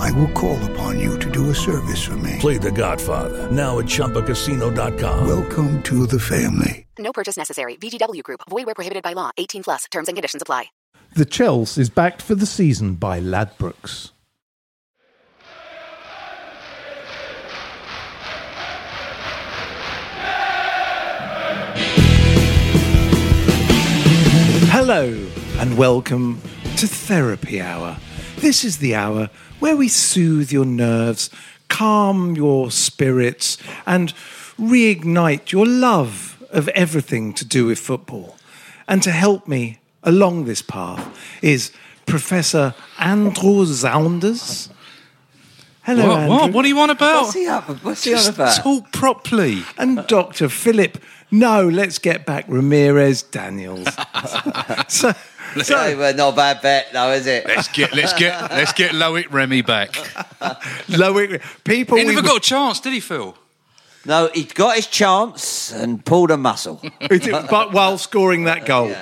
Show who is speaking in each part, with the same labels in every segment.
Speaker 1: I will call upon you to do a service for me.
Speaker 2: play The Godfather now at ChumbaCasino.com.
Speaker 1: Welcome to the family.
Speaker 3: No purchase necessary. VGW Group. Void where prohibited by law. 18 plus. Terms and conditions apply.
Speaker 4: The Chels is backed for the season by Ladbrokes.
Speaker 5: Hello, and welcome to Therapy Hour. This is the hour where we soothe your nerves, calm your spirits, and reignite your love of everything to do with football. And to help me along this path is Professor Andrew Zounders. Hello,
Speaker 6: What,
Speaker 5: Andrew.
Speaker 6: what? What are you on about?
Speaker 7: What's he up? What's he on
Speaker 5: Just
Speaker 7: about?
Speaker 5: talk properly. And Dr. Philip, no, let's get back Ramirez Daniels. so,
Speaker 7: Sorry, well, not a bad bet, though, is it?
Speaker 8: Let's get let's get let's get Loic Remy back.
Speaker 5: Loic, people.
Speaker 6: He
Speaker 5: we
Speaker 6: never
Speaker 5: would-
Speaker 6: got a chance, did he, Phil?
Speaker 7: No, he got his chance and pulled a muscle.
Speaker 5: but while scoring that goal.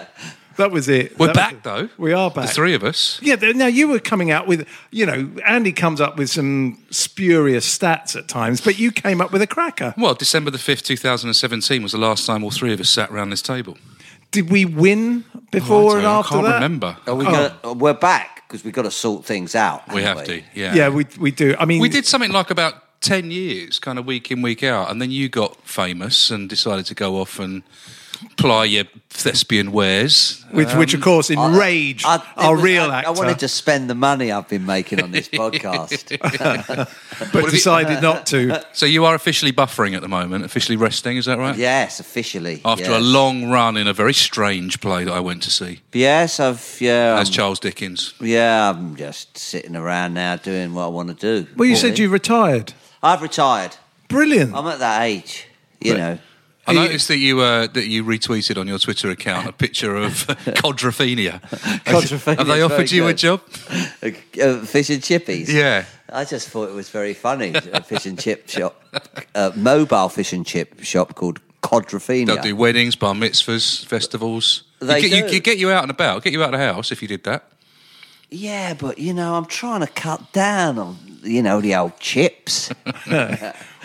Speaker 5: That was it.
Speaker 6: We're
Speaker 5: That was
Speaker 6: back
Speaker 5: it.
Speaker 6: though.
Speaker 5: We are back.
Speaker 6: The three of us.
Speaker 5: Yeah, th- now you were coming out with, you know, Andy comes up with some spurious stats at times, but you came up with a cracker.
Speaker 6: Well, December the fifth, two thousand and seventeen, was the last time all three of us sat around this table.
Speaker 5: Did we win
Speaker 6: Oh,
Speaker 5: before
Speaker 6: I
Speaker 5: and
Speaker 6: don't-
Speaker 5: after
Speaker 6: I can't
Speaker 5: that? Oh.
Speaker 6: remember.
Speaker 7: Are we gonna, we're back because we've got to sort things out.
Speaker 6: We have
Speaker 7: haven't
Speaker 6: to. Yeah.
Speaker 5: Yeah, we, we do. I mean,
Speaker 6: We did something like about ten years, kind of week in, week out, and then you got famous and decided to go off and ply your thespian wares.
Speaker 5: Which, which of course enraged
Speaker 7: Um, I- it
Speaker 5: our
Speaker 7: was-
Speaker 5: real
Speaker 7: I,
Speaker 5: actor,
Speaker 7: I wanted to spend the money I've been making on this podcast.
Speaker 5: but decided not to.
Speaker 6: So you are officially buffering at the moment, officially resting. Is that right?
Speaker 7: yes, officially.
Speaker 6: After
Speaker 7: yes.
Speaker 6: a long run in a very strange play that I went to see
Speaker 7: Yes, I've. Yeah,
Speaker 6: as
Speaker 7: I'm-
Speaker 6: Charles Dickens.
Speaker 7: yeah, I'm just sitting around now doing what I want to do.
Speaker 5: Well, you said
Speaker 7: really.
Speaker 5: you retired.
Speaker 7: I've retired.
Speaker 5: Brilliant.
Speaker 7: I'm at that age, you know.
Speaker 6: I noticed that you uh, that you retweeted on your Twitter account a picture of uh, Codrophenia.
Speaker 7: Codrophenia
Speaker 6: Have they
Speaker 7: is
Speaker 6: offered
Speaker 7: very
Speaker 6: you a
Speaker 7: good.
Speaker 6: job?
Speaker 7: Uh, fish and chippies.
Speaker 6: Yeah.
Speaker 7: I just thought it was very funny. A fish and chip shop, a mobile fish and chip shop called
Speaker 6: They'll
Speaker 7: Codrophenia.
Speaker 6: do weddings, bar mitzvahs, festivals.
Speaker 7: They
Speaker 6: you get, You,
Speaker 7: do.
Speaker 6: you get you out and about, get you out of the house if you did that.
Speaker 7: Yeah, but you know, I'm trying to cut down on you know the old chips.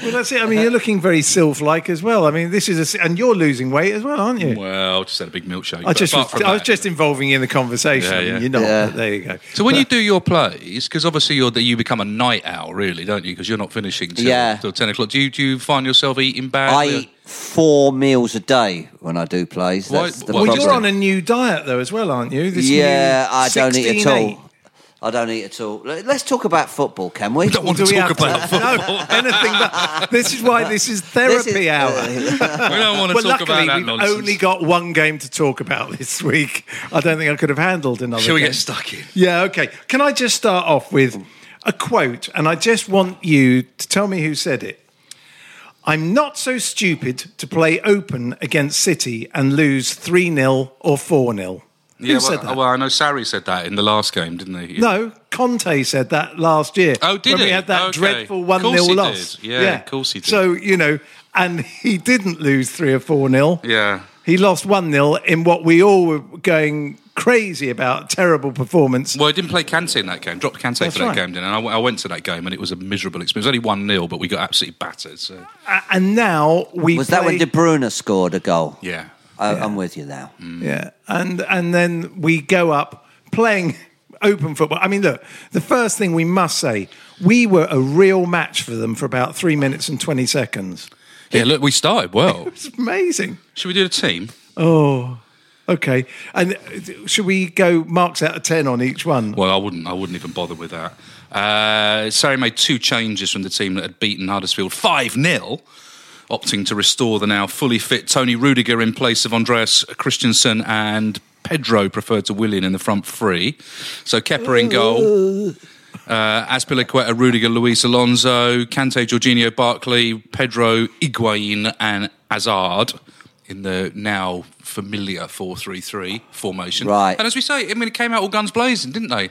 Speaker 5: Well, that's it. I mean, you're looking very sylph-like as well. I mean, this is a, s- and you're losing weight as well, aren't you?
Speaker 6: Well, just had a big milkshake.
Speaker 5: I
Speaker 6: but
Speaker 5: just,
Speaker 6: apart
Speaker 5: was,
Speaker 6: from
Speaker 5: I was
Speaker 6: that-
Speaker 5: just involving you in the conversation.
Speaker 6: Yeah,
Speaker 5: I mean,
Speaker 6: yeah.
Speaker 5: You're not.
Speaker 7: Yeah.
Speaker 5: but there you go.
Speaker 6: So when you do your plays, because obviously you're you become a night owl, really, don't you? Because you're not finishing till,
Speaker 7: Yeah.
Speaker 6: till ten o'clock. Do you do you find yourself eating
Speaker 7: I
Speaker 6: badly?
Speaker 7: eat four meals a day when I do plays.
Speaker 6: Why-
Speaker 7: That's the
Speaker 6: why do
Speaker 5: well,
Speaker 7: problem.
Speaker 5: you're on a new diet though, as well, aren't you? This new
Speaker 7: yeah, I don't eat
Speaker 5: 16-8.
Speaker 7: at all. I don't eat at all. Let- Let's talk about football, can we?
Speaker 6: don't want
Speaker 5: Do
Speaker 6: to
Speaker 5: we
Speaker 6: talk
Speaker 5: have to-
Speaker 6: about football.
Speaker 5: no, anything but this is why this is therapy
Speaker 7: This is-
Speaker 5: hour.
Speaker 6: we don't want to
Speaker 5: well,
Speaker 6: talk
Speaker 5: luckily
Speaker 6: about that
Speaker 5: we've
Speaker 6: nonsense.
Speaker 5: only got one game to talk about this week. I don't think I could have handled another.
Speaker 6: Shall we
Speaker 5: game.
Speaker 6: get stuck in?
Speaker 5: Yeah, okay. Can I just start off with a quote? And I just want you to tell me who said it. I'm not so stupid to play open against City and lose 3 0 or 4 0.
Speaker 6: Yeah,
Speaker 5: who
Speaker 6: well,
Speaker 5: said that?
Speaker 6: well, I know Sarri said that in the last game, didn't he?
Speaker 5: no, Conte said that last year.
Speaker 6: Oh, did
Speaker 5: when we
Speaker 6: he?
Speaker 5: had that
Speaker 6: Okay.
Speaker 5: dreadful
Speaker 6: Of
Speaker 5: 1
Speaker 6: course
Speaker 5: 0
Speaker 6: he
Speaker 5: loss.
Speaker 6: did. Yeah, of course he did.
Speaker 5: So, you know, and he didn't lose three or four nil.
Speaker 6: Yeah.
Speaker 5: He lost one nil in what we all were going crazy about. Terrible performance.
Speaker 6: Well, I didn't play Kante in that game. Dropped Kante
Speaker 5: That's
Speaker 6: for that
Speaker 5: right.
Speaker 6: game, didn't I? I w- I went to that game and it was a miserable experience. Only 1 0, but we got absolutely battered. So.
Speaker 5: A- And now we
Speaker 7: was that when
Speaker 5: play-
Speaker 7: De Bruyne scored a goal?
Speaker 6: Yeah. Mm.
Speaker 7: I, I'm with you now.
Speaker 5: Yeah, and and then we go up playing open football. I mean, look, the first thing we must say, we were a real match for them for about three minutes and twenty seconds.
Speaker 6: Yeah, look, we started well.
Speaker 5: It's amazing.
Speaker 6: Should we do the team?
Speaker 5: Oh, okay. And uh, should we go marks out of ten on each one?
Speaker 6: Well, I wouldn't. I wouldn't even bother with that. Uh, Sarri made two changes from the team that had beaten Huddersfield five 0 opting to restore the now fully fit Tony Rudiger in place of Andreas Christensen and Pedro preferred to Willian in the front three. So Kepper in goal. Uh, Aspilicueta, Rudiger, Luis Alonso, Kante, Jorginho, Barkley, Pedro, Higuain, and Azard in the now familiar 4 3 3 formation.
Speaker 7: Right.
Speaker 6: And as we say, I mean, it came out all guns blazing, didn't they?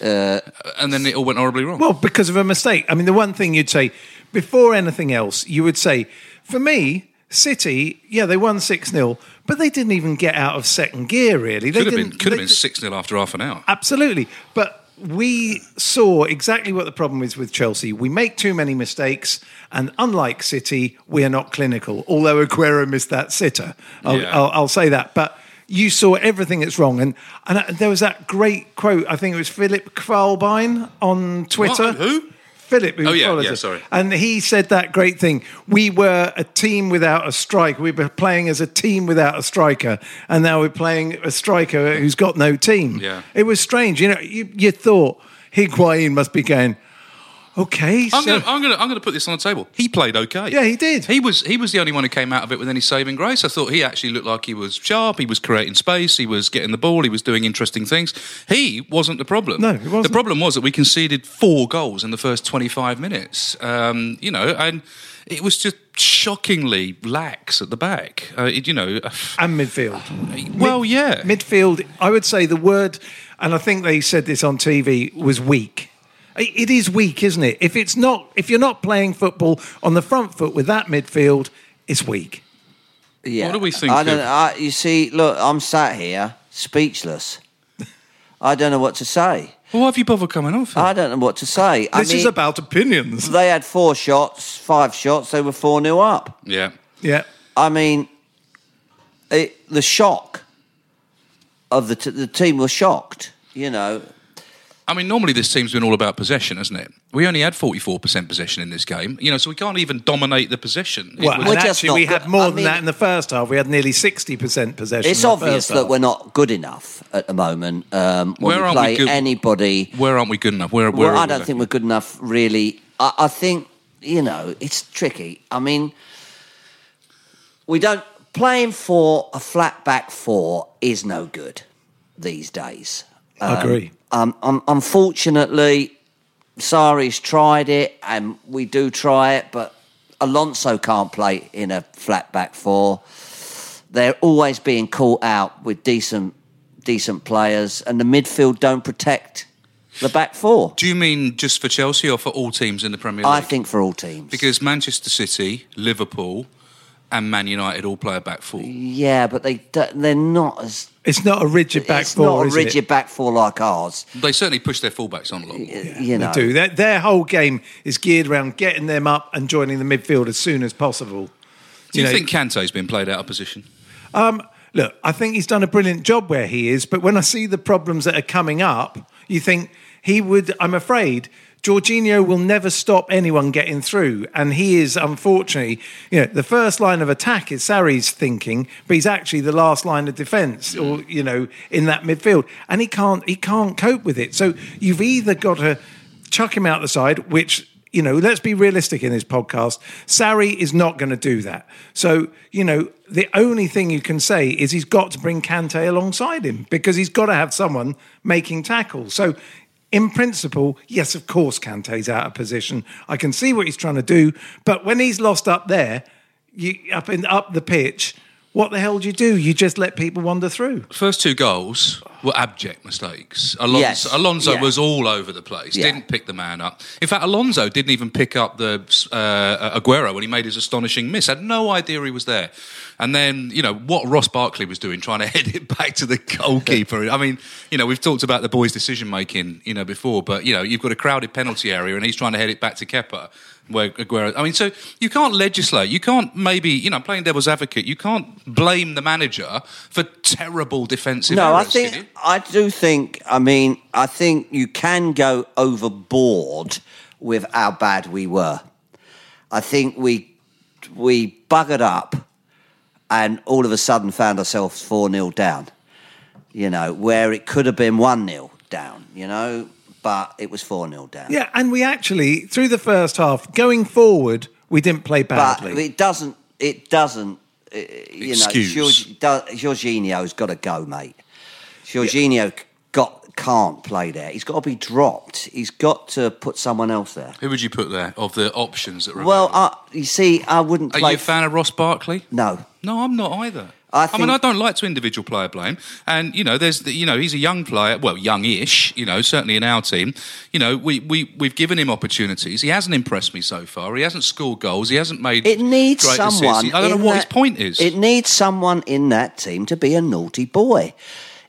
Speaker 6: and then it all went horribly wrong.
Speaker 5: Uh, Well, because of a mistake. I mean, the one thing you'd say before anything else, you would say, for me, City, yeah, they won 6 0, but they didn't even get out of second gear, really. They
Speaker 6: could have been
Speaker 5: didn't,
Speaker 6: could have
Speaker 5: they-
Speaker 6: been six 0 after half an hour.
Speaker 5: Absolutely. But we saw exactly what the problem is with Chelsea. We make too many mistakes, and unlike City, we are not clinical. Although Aguero missed that sitter, I'll,
Speaker 6: Yeah.
Speaker 5: I'll, I'll say that. But you saw everything that's wrong, and and I- there was that great quote. I think it was Philip Kvalbein on Twitter.
Speaker 6: What? Who?
Speaker 5: Philip, who
Speaker 6: Oh, yeah,
Speaker 5: follows
Speaker 6: yeah,
Speaker 5: us.
Speaker 6: sorry.
Speaker 5: And he said that great thing. We were a team without a striker. We were playing as a team without a striker. And now we're playing a striker who's got no team.
Speaker 6: Yeah.
Speaker 5: It was strange. You know, you, you thought Higuain must be going, okay.
Speaker 6: I'm
Speaker 5: so-
Speaker 6: gonna, I'm gonna, I'm gonna put this on the table. He played okay.
Speaker 5: Yeah, he did.
Speaker 6: He was, he was the only one who came out of it with any saving grace. I thought he actually looked like he was sharp. He was creating space. He was getting the ball. He was doing interesting things. He wasn't the problem.
Speaker 5: No, he wasn't.
Speaker 6: The problem was that we conceded four goals in the first 25 minutes. Um, you know, and it was just shockingly lax at the back. Uh, it, you know,
Speaker 5: and midfield.
Speaker 6: well, yeah.
Speaker 5: Midfield, I would say the word, and I think they said this on TV, was weak. I- It is weak, isn't it? If it's not, if you're not playing football on the front foot with that midfield, it's weak.
Speaker 7: Yeah.
Speaker 6: What do we think
Speaker 7: I don't
Speaker 6: of-
Speaker 7: know. I, you see, look, I'm sat here speechless. I don't know what to say.
Speaker 6: well, why have you bother coming on? Phil?
Speaker 7: I don't know what to say. I
Speaker 5: This is
Speaker 7: mean,
Speaker 5: about opinions.
Speaker 7: They had four shots, five shots. They were 4 0 up.
Speaker 6: yeah.
Speaker 5: Yeah.
Speaker 7: I mean, it, the shock of the, t- the team was shocked, you know.
Speaker 6: I mean, normally this team's been all about possession, hasn't it? We only had 44% possession in this game, you know, so we can't even dominate the possession. It
Speaker 5: Well,
Speaker 6: was-
Speaker 7: We're
Speaker 5: and
Speaker 7: just
Speaker 5: actually,
Speaker 7: not
Speaker 5: we
Speaker 7: good.
Speaker 5: had more
Speaker 7: I
Speaker 5: than
Speaker 7: mean-
Speaker 5: that in the first half. We had nearly 60% possession.
Speaker 7: It's
Speaker 5: in the
Speaker 7: obvious
Speaker 5: first
Speaker 7: that
Speaker 5: half.
Speaker 7: we're not good enough at the moment. Um, when
Speaker 6: Where
Speaker 7: we
Speaker 6: aren't we
Speaker 7: play
Speaker 6: good-
Speaker 7: anybody.
Speaker 6: where aren't we good enough? Where, where
Speaker 7: well,
Speaker 6: are
Speaker 7: I
Speaker 6: we
Speaker 7: don't
Speaker 6: lacking?
Speaker 7: think we're good enough, really. I, I think, you know, it's tricky. I mean, we don't. Playing for a flat back four is no good these days.
Speaker 5: I agree.
Speaker 7: Um, um, unfortunately, Sari's tried it, and we do try it, but Alonso can't play in a flat back four. They're always being caught out with decent, decent players, and the midfield don't protect the back four.
Speaker 6: Do you mean just for Chelsea or for all teams in the Premier League?
Speaker 7: I think for all teams.
Speaker 6: Because Manchester City, Liverpool, and Man United all play a back four.
Speaker 7: yeah, but they don't- they're not as
Speaker 5: It's not a rigid back
Speaker 7: it's
Speaker 5: four.
Speaker 7: not a
Speaker 5: is it?
Speaker 7: rigid back four like ours.
Speaker 6: They certainly push their fullbacks on a lot. more.
Speaker 7: you
Speaker 5: They
Speaker 7: know,
Speaker 5: do. Their, their whole game is geared around getting them up and joining the midfield as soon as possible.
Speaker 6: Do you
Speaker 5: know-
Speaker 6: think Kante's been played out of position?
Speaker 5: Um, Look, I think he's done a brilliant job where he is, but when I see the problems that are coming up, you think he would, I'm afraid, Jorginho will never stop anyone getting through. And he is, unfortunately, you know, the first line of attack is Sarri's thinking, but he's actually the last line of defence or, you know, in that midfield. And he can't, he can't cope with it. So you've either got to chuck him out the side, which you know, let's be realistic in this podcast. Sarri is not going to do that. So, you know, the only thing you can say is he's got to bring Kante alongside him because he's got to have someone making tackles. So, in principle, yes, of course, Kante's out of position. I can see what he's trying to do. But when he's lost up there, you, up in up the pitch, what the hell do you do? You just let people wander through.
Speaker 6: First two goals were abject mistakes. Alonso,
Speaker 5: Yes.
Speaker 6: Alonso
Speaker 5: Yeah.
Speaker 6: was all over the place.
Speaker 5: Yeah.
Speaker 6: Didn't pick the man up. In fact, Alonso didn't even pick up the uh, Aguero when he made his astonishing miss. Had no idea he was there. And then you know what Ross Barkley was doing, trying to head it back to the goalkeeper. I mean, you know we've talked about the boys' decision making, you know before, but you know you've got a crowded penalty area and he's trying to head it back to Kepa. Where Aguero, I mean, so you can't legislate. You can't maybe, you know, playing devil's advocate. You can't blame the manager for terrible defensive.
Speaker 7: No, I
Speaker 6: errors, can you?
Speaker 7: think I do think. I mean, I think you can go overboard with how bad we were. I think we we buggered up, and all of a sudden found ourselves four 0 down. You know, where it could have been one 0 down. You know, but it was four 0 down.
Speaker 5: Yeah, and we actually through the first half, going forward, we didn't play badly.
Speaker 7: But it doesn't. It doesn't. uh, You
Speaker 5: Excuse.
Speaker 7: know, Jorg- do- Jorginho's got to go, mate. Jorginho got can't play there. He's got to be dropped. He's got to put someone else there.
Speaker 6: Who would you put there of the options that were?
Speaker 7: Well, I, you see, I wouldn't.
Speaker 6: Are
Speaker 7: play
Speaker 6: you a fan of Ross Barkley?
Speaker 7: No.
Speaker 6: No, I'm not either.
Speaker 7: I
Speaker 6: I,
Speaker 7: think-
Speaker 6: mean, I don't like to individual player blame, and you know, there's, the, you know, he's a young player, well, youngish, you know, certainly in our team. You know, we we we've given him opportunities. He hasn't impressed me so far. He hasn't scored goals. He hasn't made.
Speaker 7: It needs
Speaker 6: great assists.
Speaker 7: someone.
Speaker 6: I don't
Speaker 7: in
Speaker 6: know what
Speaker 7: that-
Speaker 6: his point is.
Speaker 7: It needs someone in that team to be a naughty boy.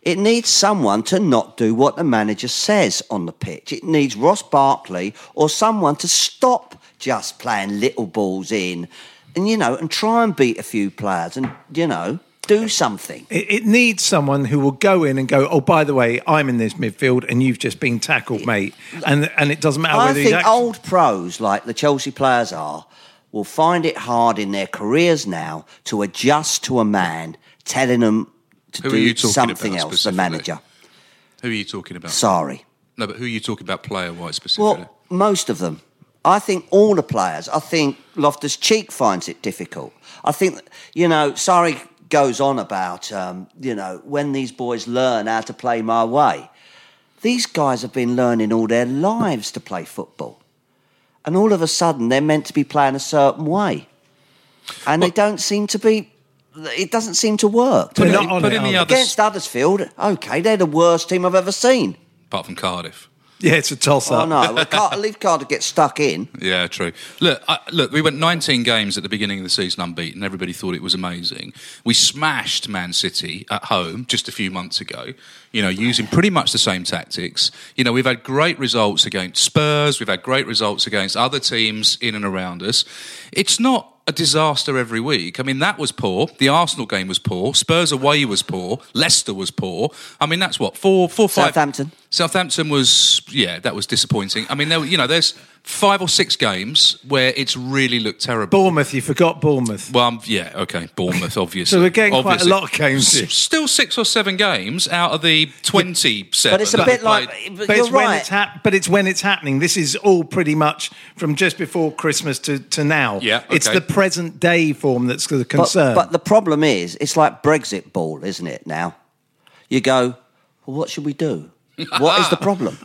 Speaker 7: It needs someone to not do what the manager says on the pitch. It needs Ross Barkley or someone to stop just playing little balls in and, you know, and try and beat a few players and, you know, do something.
Speaker 5: It, it needs someone who will go in and go, oh, by the way, I'm in this midfield and you've just been tackled, mate. And and it doesn't matter
Speaker 7: I
Speaker 5: whether he's
Speaker 7: think
Speaker 5: act-
Speaker 7: old pros like the Chelsea players are will find it hard in their careers now to adjust to a man telling them to
Speaker 6: Who are you
Speaker 7: do
Speaker 6: talking
Speaker 7: something
Speaker 6: about
Speaker 7: else. The manager.
Speaker 6: Who are you talking about?
Speaker 7: Sorry.
Speaker 6: No, but who are you talking about player wise specifically?
Speaker 7: Well, most of them. I think all the players. I think Loftus Cheek finds it difficult. I think you know. Sorry goes on about um, you know when these boys learn how to play my way. These guys have been learning all their lives to play football, and all of a sudden they're meant to be playing a certain way, and they don't seem to be. It doesn't seem to work.
Speaker 6: Put They're in- not on put it, in the are they? others-
Speaker 7: against Huddersfield. Okay, they're the worst team I've ever seen.
Speaker 6: Apart from Cardiff.
Speaker 5: Yeah, it's a toss
Speaker 7: Oh no, well, Car- leave Cardiff get stuck in.
Speaker 6: Yeah, true. Look, I, look, we went 19 games at the beginning of the season unbeaten. Everybody thought it was amazing. We smashed Man City at home just a few months ago. You know, using pretty much the same tactics. You know, we've had great results against Spurs. We've had great results against other teams in and around us. It's not a disaster every week. I mean, that was poor. The Arsenal game was poor. Spurs away was poor. Leicester was poor. I mean, that's what four, four, five.
Speaker 7: Southampton.
Speaker 6: Southampton was, yeah, that was disappointing. I mean, there, were- you know, there's five or six games where it's really looked terrible.
Speaker 5: Bournemouth, you forgot Bournemouth.
Speaker 6: Well, um, yeah, okay, Bournemouth, obviously.
Speaker 5: So we're getting quite a
Speaker 6: Obviously.
Speaker 5: lot of games here.
Speaker 6: S- Still six or seven games out of the twenty-seven.
Speaker 7: But it's a
Speaker 6: that
Speaker 7: bit
Speaker 6: we played.
Speaker 7: like-
Speaker 5: But,
Speaker 7: But
Speaker 5: it's
Speaker 7: you're
Speaker 5: when
Speaker 7: right.
Speaker 5: it's hap- but it's when it's happening. This is all pretty much from just before Christmas to, to now.
Speaker 6: Yeah,
Speaker 5: It's
Speaker 6: okay.
Speaker 5: the present day form that's the concern.
Speaker 7: But, but the problem is, it's like Brexit ball, isn't it? Now, you go. Well, what should we do? What is the problem?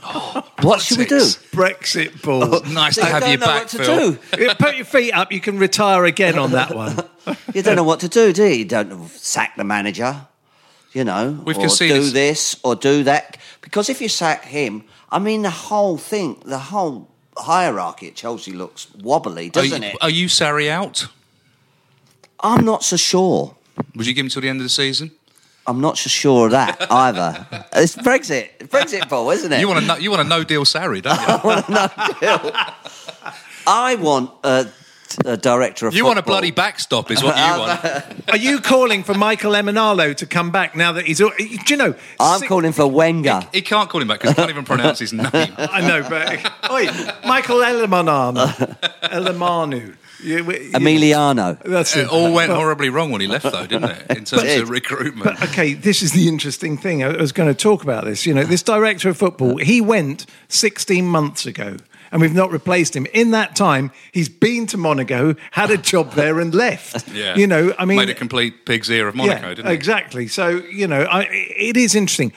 Speaker 7: what should we do?
Speaker 5: Brexit ball.
Speaker 6: Oh, nice
Speaker 7: to I have don't you know back, what to Phil. do.
Speaker 5: Yeah, Put your feet up. You can retire again on that one.
Speaker 7: You don't know what to do, do you? You don't know, sack the manager, you know,
Speaker 6: We've
Speaker 7: or
Speaker 6: conceded-
Speaker 7: do this or do that. Because if you sack him, I mean, the whole thing, the whole hierarchy at Chelsea looks wobbly,
Speaker 6: Are
Speaker 7: doesn't
Speaker 6: you- uh
Speaker 7: it?
Speaker 6: Are you Sarri out?
Speaker 7: I'm not so sure.
Speaker 6: Would you give him till the end of the season?
Speaker 7: I'm not so sure of that either. it's Brexit, Brexit ball, isn't it?
Speaker 6: You want a no, you want a no deal Sarri, don't you?
Speaker 7: I want a, a director of
Speaker 6: You want a
Speaker 7: football.
Speaker 6: bloody backstop, is what you want.
Speaker 5: Are you calling for Michael Emanalo to come back now that he's? al- Do you know?
Speaker 7: I'm
Speaker 5: si-
Speaker 7: calling for Wenger.
Speaker 6: He can't call him back because he can't even pronounce his name.
Speaker 5: I know, but Oi, Michael Elemanano, Elemanu. You- we-
Speaker 7: Emiliano.
Speaker 5: That's
Speaker 6: It
Speaker 5: it.
Speaker 6: all went horribly wrong when he left, though, didn't it? In terms
Speaker 7: It did.
Speaker 6: of recruitment.
Speaker 5: But uh, okay, this is the interesting thing. I was going to talk about this. You know, this director of football, he went 16 months ago, and we've not replaced him. In that time, he's been to Monaco, had a job there, and left.
Speaker 6: Yeah.
Speaker 5: You know, I mean,
Speaker 6: made a complete pig's ear of Monaco,
Speaker 5: yeah,
Speaker 6: didn't it?
Speaker 5: Exactly. So you know, I, it is interesting.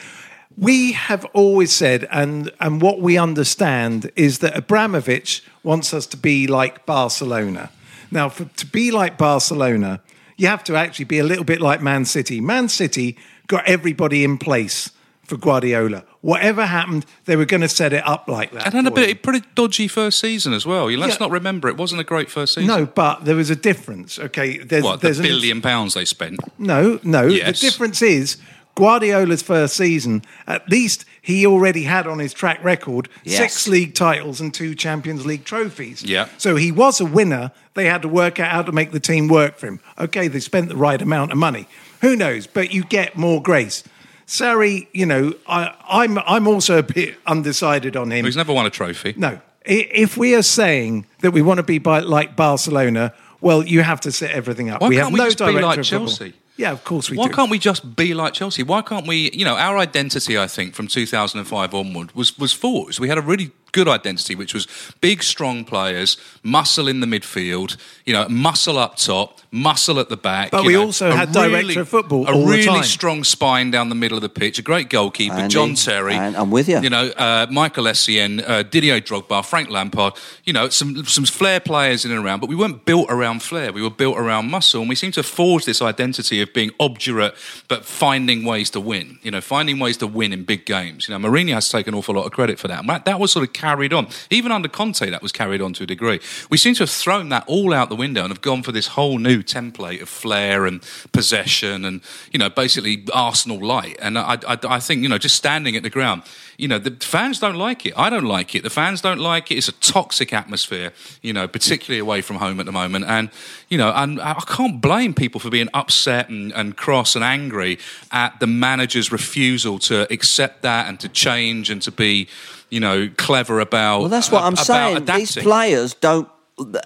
Speaker 5: We have always said, and and what we understand is that Abramovich wants us to be like Barcelona. Now, for, to be like Barcelona, you have to actually be a little bit like Man City. Man City got everybody in place for Guardiola. Whatever happened, they were going to set it up like that.
Speaker 1: And had a
Speaker 5: for
Speaker 1: bit
Speaker 5: him.
Speaker 1: pretty dodgy first season as well. Let's
Speaker 5: Yeah.
Speaker 1: not remember it wasn't a great first season.
Speaker 5: No, but there was a difference. Okay, there's,
Speaker 1: what the
Speaker 5: there's an-
Speaker 1: billion pounds they spent?
Speaker 5: No, no.
Speaker 1: Yes.
Speaker 5: The difference is Guardiola's first season, at least he already had on his track record
Speaker 1: Yes.
Speaker 5: six league titles and two Champions League trophies.
Speaker 1: Yeah.
Speaker 5: So he was a winner. They had to work out how to make the team work for him. Okay, they spent the right amount of money. Who knows? But you get more grace. Sarri, you know, I, I'm I'm also a bit undecided on him.
Speaker 1: He's never won a trophy.
Speaker 5: No. I- If we are saying that we want to be by, like Barcelona, well, you have to set everything up.
Speaker 1: Why
Speaker 5: we
Speaker 1: can't
Speaker 5: have
Speaker 1: we
Speaker 5: no
Speaker 1: just be
Speaker 5: director
Speaker 1: like
Speaker 5: of football.
Speaker 1: Chelsea?
Speaker 5: Yeah, of course we
Speaker 1: Why
Speaker 5: do.
Speaker 1: can't we just be like Chelsea? Why can't we? You know, our identity, I think, from 2005 onward was was forged. We had a really good identity, which was big, strong players, muscle in the midfield, you know, muscle up top, muscle at the back.
Speaker 5: But
Speaker 1: you
Speaker 5: we
Speaker 1: know,
Speaker 5: also
Speaker 1: a
Speaker 5: had director of football
Speaker 1: a
Speaker 5: all the
Speaker 1: really
Speaker 5: time.
Speaker 1: strong spine down the middle of the pitch, a great goalkeeper,
Speaker 7: Andy,
Speaker 1: John Terry.
Speaker 7: and I'm with you.
Speaker 1: You know, uh, Michael Essien, uh, Didier Drogba, Frank Lampard. You know, some some flair players in and around, but we weren't built around flair. We were built around muscle, and we seem to forge this identity of being obdurate but finding ways to win. You know, finding ways to win in big games. You know, Mourinho has taken an awful lot of credit for that. And that, that was sort of carried on, even under Conte, that was carried on to a degree. We seem to have thrown that all out the window and have gone for this whole new template of flair and possession, and you know, basically Arsenal light. And I, I, I think you know, just standing at the ground you know, the fans don't like it. I don't like it. The fans don't like it. It's a toxic atmosphere, you know, particularly away from home at the moment. And, you know, and I I can't blame people for being upset and, and cross and angry at the manager's refusal to accept that and to change and to be, you know, clever about.
Speaker 7: Well, that's what I'm
Speaker 1: about
Speaker 7: saying. These
Speaker 1: adapting.
Speaker 7: players don't.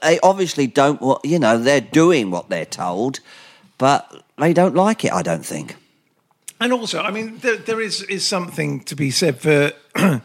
Speaker 7: They obviously don't. want- You know, they're doing what they're told, but they don't like it. I don't think.
Speaker 5: And also, I mean, there, there is, is something to be said for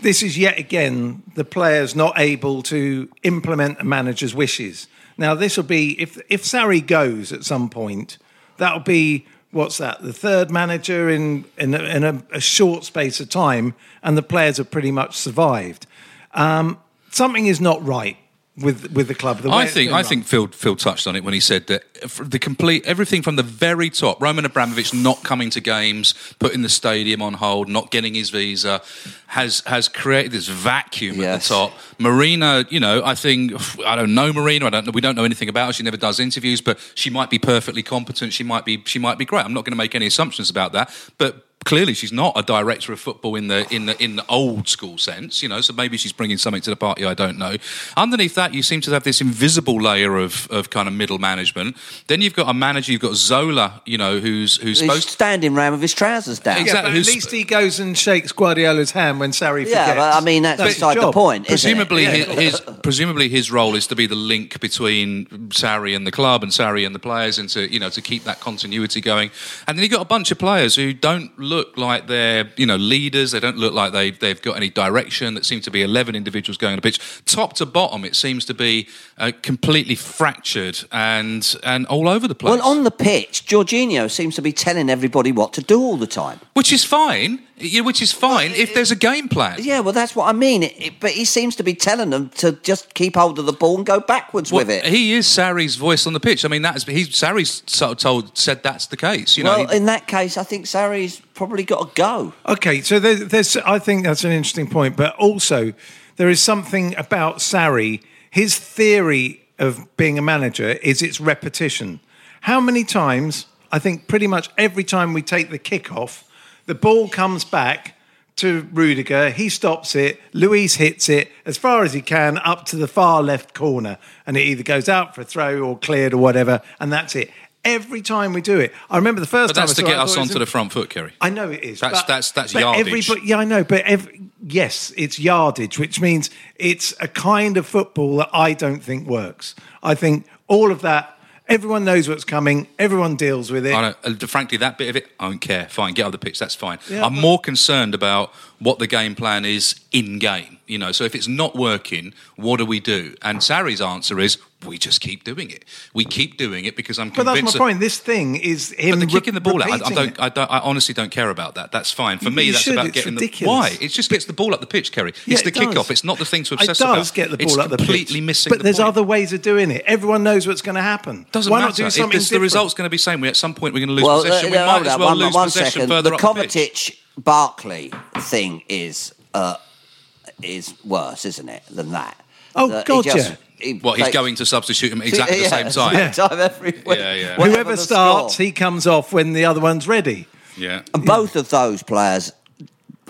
Speaker 5: this is yet again the players not able to implement a manager's wishes. Now, this will be if if Sarri goes at some point, that'll be what's that? The third manager in in, a, in a, a short space of time, and the players have pretty much survived. Um, something is not right with with the club. The way
Speaker 1: I
Speaker 5: it's
Speaker 1: think
Speaker 5: been
Speaker 1: I
Speaker 5: run.
Speaker 1: think Phil Phil touched on it when he said that f- the complete everything from the very top, Roman Abramovich not coming to games, putting the stadium on hold, not getting his visa, has has created this vacuum at
Speaker 7: Yes.
Speaker 1: the top. Marina, you know, I think I don't know Marina. I don't know. We don't know anything about her. She never does interviews, but she might be perfectly competent. She might be she might be great. I'm not going to make any assumptions about that, but. Clearly, she's not a director of football in the in the in the old school sense, you know. So maybe she's bringing something to the party. I don't know. Underneath that, you seem to have this invisible layer of, of kind of middle management. Then you've got a manager. You've got Zola, you know, who's who's
Speaker 7: He's
Speaker 1: supposed.
Speaker 7: standing round with his trousers down.
Speaker 1: Exactly.
Speaker 5: Yeah, but at
Speaker 1: who's-
Speaker 5: least he goes and shakes Guardiola's hand when Sarri forgets.
Speaker 7: Yeah, but I mean that's,
Speaker 5: That's his
Speaker 7: beside the
Speaker 5: job.
Speaker 7: point. isn't it?
Speaker 1: Presumably,
Speaker 5: Yeah.
Speaker 1: his, his presumably his role is to be the link between Sarri and the club, and Sarri and the players, and to you know to keep that continuity going. And then you have got a bunch of players who don't look like they're you know leaders. They don't look like they they've got any direction. That seem to be eleven individuals going on the pitch, top to bottom. It seems to be uh, completely fractured and and all over the place.
Speaker 7: Well, on the pitch, Jorginho seems to be telling everybody what to do all the time.
Speaker 1: which is fine. Yeah, Which is fine if there's a game plan.
Speaker 7: Yeah, well, that's what I mean. It, it, but he seems to be telling them to just keep hold of the ball and go backwards with
Speaker 1: Well,
Speaker 7: it.
Speaker 1: He is Sarri's voice on the pitch. I mean, that's he's Sarri's sort of told said that's the case. You know,
Speaker 7: well,
Speaker 1: he-
Speaker 7: in that case, I think Sarri's probably got to go.
Speaker 5: Okay, so there's, there's, I think that's an interesting point, but also there is something about Sarri. His theory of being a manager is its repetition. How many times? I think pretty much every time we take the kickoff, the ball comes back to Rudiger. He stops it. Luis hits it as far as he can up to the far left corner, and it either goes out for a throw or cleared or whatever, and that's it. Every time we do it, I remember the first
Speaker 1: but that's to
Speaker 5: time. I saw it,
Speaker 1: get
Speaker 5: I
Speaker 1: us
Speaker 5: thought it was
Speaker 1: onto the front foot, Kerry.
Speaker 5: I know it is.
Speaker 1: That's-
Speaker 5: but-
Speaker 1: that's- that's
Speaker 5: but
Speaker 1: yardage.
Speaker 5: everybody- yeah, I know. But ev yes, it's yardage, which means it's a kind of football that I don't think works. I think all of that. Everyone knows what's coming. Everyone deals with it.
Speaker 1: I don't, uh, frankly, that bit of it, I don't care. Fine, get on the pitch. That's fine.
Speaker 5: Yeah,
Speaker 1: I'm
Speaker 5: but-
Speaker 1: more concerned about what the game plan is in game. You know, so if it's not working, what do we do? And Sarri's answer is
Speaker 6: we just keep doing it. We keep doing it because I'm
Speaker 5: But that's
Speaker 6: convinced.
Speaker 5: my
Speaker 6: that-
Speaker 5: point. This thing is him
Speaker 6: but the kicking the ball out, I, I
Speaker 5: repeating
Speaker 6: don't,
Speaker 5: it.
Speaker 6: I don't. I honestly don't care about that. That's fine for me.
Speaker 5: You
Speaker 6: that's
Speaker 5: should,
Speaker 6: about
Speaker 5: it's
Speaker 6: getting
Speaker 5: ridiculous.
Speaker 6: the why. It just gets the ball up the pitch, Kerry. It's
Speaker 5: Yeah,
Speaker 6: the
Speaker 5: it does.
Speaker 6: kickoff. It's not the thing to
Speaker 5: It
Speaker 6: obsess
Speaker 5: does
Speaker 6: about.
Speaker 5: get the ball
Speaker 6: it's
Speaker 5: up the pitch.
Speaker 6: completely missing.
Speaker 5: But
Speaker 6: the
Speaker 5: there's
Speaker 6: point.
Speaker 5: other ways of doing it. Everyone knows what's going to happen.
Speaker 6: Doesn't
Speaker 5: why
Speaker 6: matter.
Speaker 5: not do
Speaker 6: If
Speaker 5: something
Speaker 6: this- the
Speaker 5: different?
Speaker 6: result's going to be same. At some point, we're going to lose
Speaker 7: Well,
Speaker 6: possession.
Speaker 7: uh,
Speaker 6: we might
Speaker 7: hold
Speaker 6: as
Speaker 7: on,
Speaker 6: well
Speaker 7: one-
Speaker 6: lose
Speaker 7: one
Speaker 6: possession
Speaker 7: second.
Speaker 6: further
Speaker 7: the
Speaker 6: up the pitch.
Speaker 7: Kovacic Barkley thing is uh, is worse, isn't it, than that?
Speaker 5: Oh,
Speaker 7: That he
Speaker 5: God,
Speaker 7: just-
Speaker 5: yeah.
Speaker 7: he
Speaker 6: Well, he's
Speaker 7: takes-
Speaker 6: going to substitute him at exactly
Speaker 7: Yeah,
Speaker 6: the same time.
Speaker 7: same time every week.
Speaker 6: Yeah, yeah.
Speaker 7: Whatever
Speaker 5: Whoever
Speaker 7: the
Speaker 5: starts,
Speaker 7: score.
Speaker 5: he comes off when the other one's ready.
Speaker 6: Yeah.
Speaker 7: And both of those players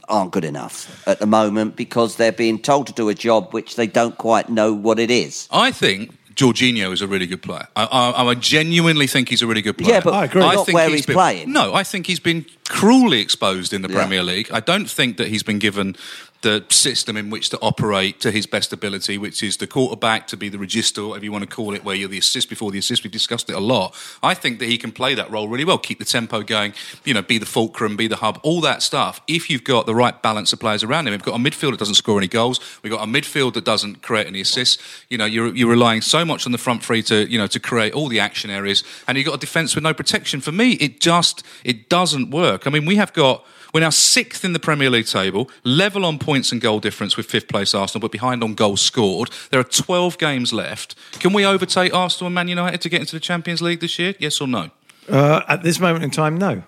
Speaker 7: aren't good enough at the moment because they're being told to do a job which they don't quite know what it is.
Speaker 6: I think Jorginho is a really good player. I, I, I genuinely think he's a really good player.
Speaker 7: Yeah, but I agree. not where he's
Speaker 6: been,
Speaker 7: playing.
Speaker 6: No, I think he's been cruelly exposed in the Premier League. I don't think that he's been given the system in which to operate to his best ability, which is the quarterback to be the register, whatever you want to call it, where you're the assist before the assist. We've discussed it a lot. I think that he can play that role really well, keep the tempo going, you know, be the fulcrum, be the hub, all that stuff. If you've got the right balance of players around him, we've got a midfield that doesn't score any goals, we've got a midfield that doesn't create any assists. You know, you're, you're relying so much on the front three to, you know, to create all the action areas, and you've got a defence with no protection. For me, it just it doesn't work. I mean, we have got. We're now sixth in the Premier League table, level on points and goal difference with fifth place Arsenal, but behind on goals scored. There are 12 games left. Can we overtake Arsenal and Man United to get into the Champions League this year? Yes or no?
Speaker 5: Uh, at this moment in time, no.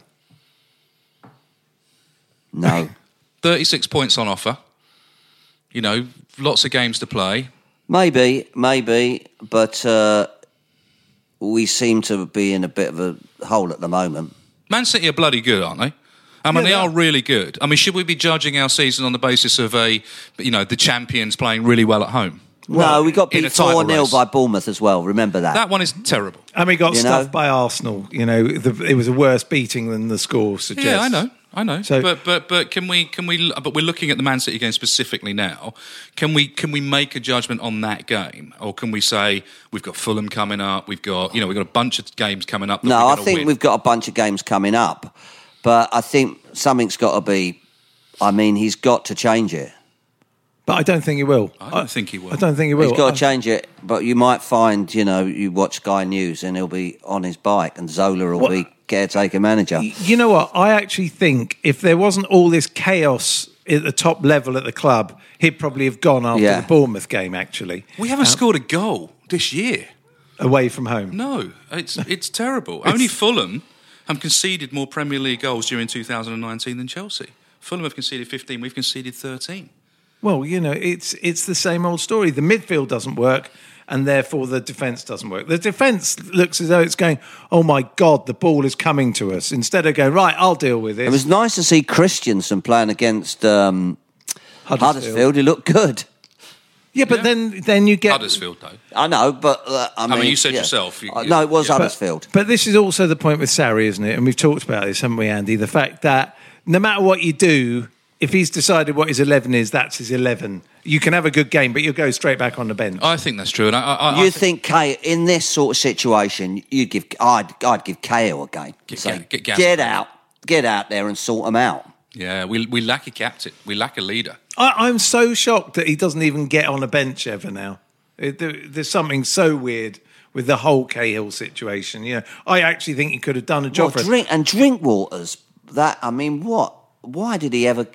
Speaker 7: No.
Speaker 6: 36 points on offer. You know, lots of games to play.
Speaker 7: Maybe, maybe, but uh, we seem to be in a bit of a hole at the moment.
Speaker 6: Man City are bloody good, aren't they? I mean, they are really good. I mean, should we be judging our season on the basis of a, you know, the champions playing really well at home?
Speaker 7: no, we got
Speaker 6: in a
Speaker 7: beat
Speaker 6: title
Speaker 7: 4 0
Speaker 6: race.
Speaker 7: by Bournemouth as well. Remember that.
Speaker 6: That one is terrible.
Speaker 5: And we got
Speaker 7: You know?
Speaker 5: stuffed by Arsenal. You know, the, it was a worse beating than the score suggests.
Speaker 6: Yeah, I know. I know.
Speaker 5: So-
Speaker 6: but but but can we can we but we're looking at the Man City game specifically now. Can we can we make a judgment on that game or can we say we've got Fulham coming up, we've got you know, we've got a bunch of games coming up that
Speaker 7: no,
Speaker 6: we're
Speaker 7: I
Speaker 6: gonna
Speaker 7: think
Speaker 6: win.
Speaker 7: we've got a bunch of games coming up, but I think something's got to be. I mean, he's got to change it.
Speaker 5: But I don't think he will.
Speaker 6: I don't think he will.
Speaker 5: I don't think he will. um,
Speaker 7: He's got
Speaker 5: I-
Speaker 7: to change it, but you might find, you know, you watch Sky News and he'll be on his bike and Zola will
Speaker 5: What-
Speaker 7: be caretaker manager.
Speaker 5: You know what? I actually think if there wasn't all this chaos at the top level at the club, he'd probably have gone after
Speaker 7: Yeah.
Speaker 5: the Bournemouth game, actually,
Speaker 6: we haven't scored a goal this year.
Speaker 5: away from home.
Speaker 6: No, it's it's terrible. Only Fulham have conceded more Premier League goals during 2019 than Chelsea. Fulham have conceded 15, we've conceded 13.
Speaker 5: Well, you know, it's it's the same old story. The midfield doesn't work, and therefore the defence doesn't work. The defence looks as though it's going, "Oh my God, the ball is coming to us." Instead of going, "Right, I'll deal with this."
Speaker 7: It was nice to see Christiansen playing against um, Huddersfield. He looked good.
Speaker 5: Yeah, but then then you get
Speaker 6: Huddersfield, though.
Speaker 7: I know, but uh, I, mean,
Speaker 6: mean, you said
Speaker 7: yeah.
Speaker 6: yourself, you-
Speaker 7: Uh, no, it was
Speaker 6: yeah.
Speaker 7: Huddersfield.
Speaker 5: But this is also the point with Sarri, isn't it? And we've talked about this, haven't we, Andy? The fact that no matter what you do, if he's decided what his 11 is, that's his 11. You can have a good game, but you'll go straight back on the bench.
Speaker 6: I think that's true. And I, I, I- I
Speaker 7: you
Speaker 6: think-
Speaker 7: think Kale in this sort of situation? You'd give I'd I'd give Kale a game.
Speaker 6: Get
Speaker 7: Say,
Speaker 6: Ga- get Gaz
Speaker 7: get
Speaker 6: a game."
Speaker 7: out, get out there and sort them out.
Speaker 6: yeah, we, we lack a captain, we lack a leader.
Speaker 5: I, I'm so shocked that he doesn't even get on a bench ever now. It- there- there's something so weird with the whole Cahill situation. You know, I actually think he could have done a job
Speaker 7: Well,
Speaker 5: for us.
Speaker 7: drink and drink waters. That I mean, what? Why did he ever